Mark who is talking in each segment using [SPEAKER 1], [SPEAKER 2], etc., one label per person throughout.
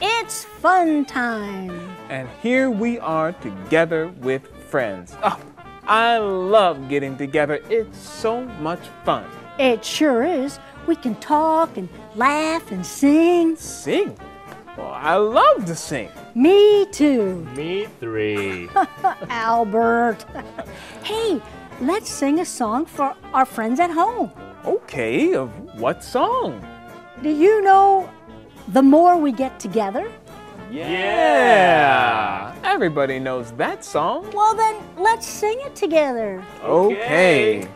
[SPEAKER 1] It's fun time.
[SPEAKER 2] And here we are together with friends. Oh, I love getting together. It's so much fun.
[SPEAKER 1] It sure is. We can talk and laugh and sing.
[SPEAKER 2] Sing? Well, I love to sing.
[SPEAKER 1] Me too,
[SPEAKER 3] Me three.
[SPEAKER 1] Albert. hey, let's sing a song for our friends at home.
[SPEAKER 2] Okay, of what song?
[SPEAKER 1] Do you know the more we get together?
[SPEAKER 2] Yeah! Everybody knows that song.
[SPEAKER 1] Well, then, let's sing it together.
[SPEAKER 2] Okay.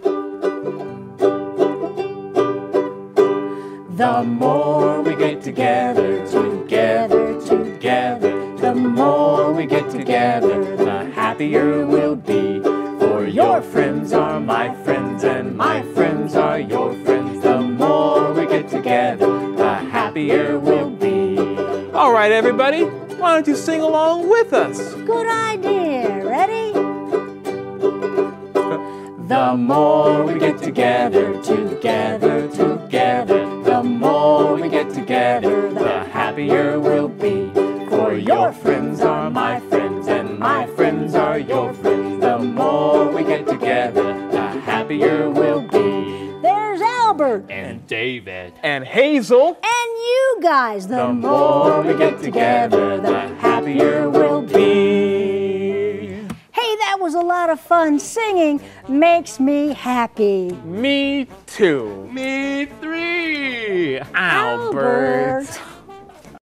[SPEAKER 1] The more we get together, together, together, the more we get together, the happier we'll be.
[SPEAKER 2] For your friends are my friends, and my friends are your friends. The more we get together, the happier we'll be. All right, everybody, why don't you sing along with us?
[SPEAKER 1] Good idea. Ready?
[SPEAKER 2] The more we get together, together, together, the more we get together, the happier we'll be. For your friends are my friends, and my friends are your friends. The more we get together, the happier we'll be.
[SPEAKER 1] There's Albert
[SPEAKER 3] And David.
[SPEAKER 2] And Hazel,
[SPEAKER 1] and you guys. The,
[SPEAKER 2] the more we get together, the happier we'll be.
[SPEAKER 1] Hey, that was a lot of fun. Singing makes me happy.
[SPEAKER 2] Me too.
[SPEAKER 3] Me three.
[SPEAKER 1] Albert.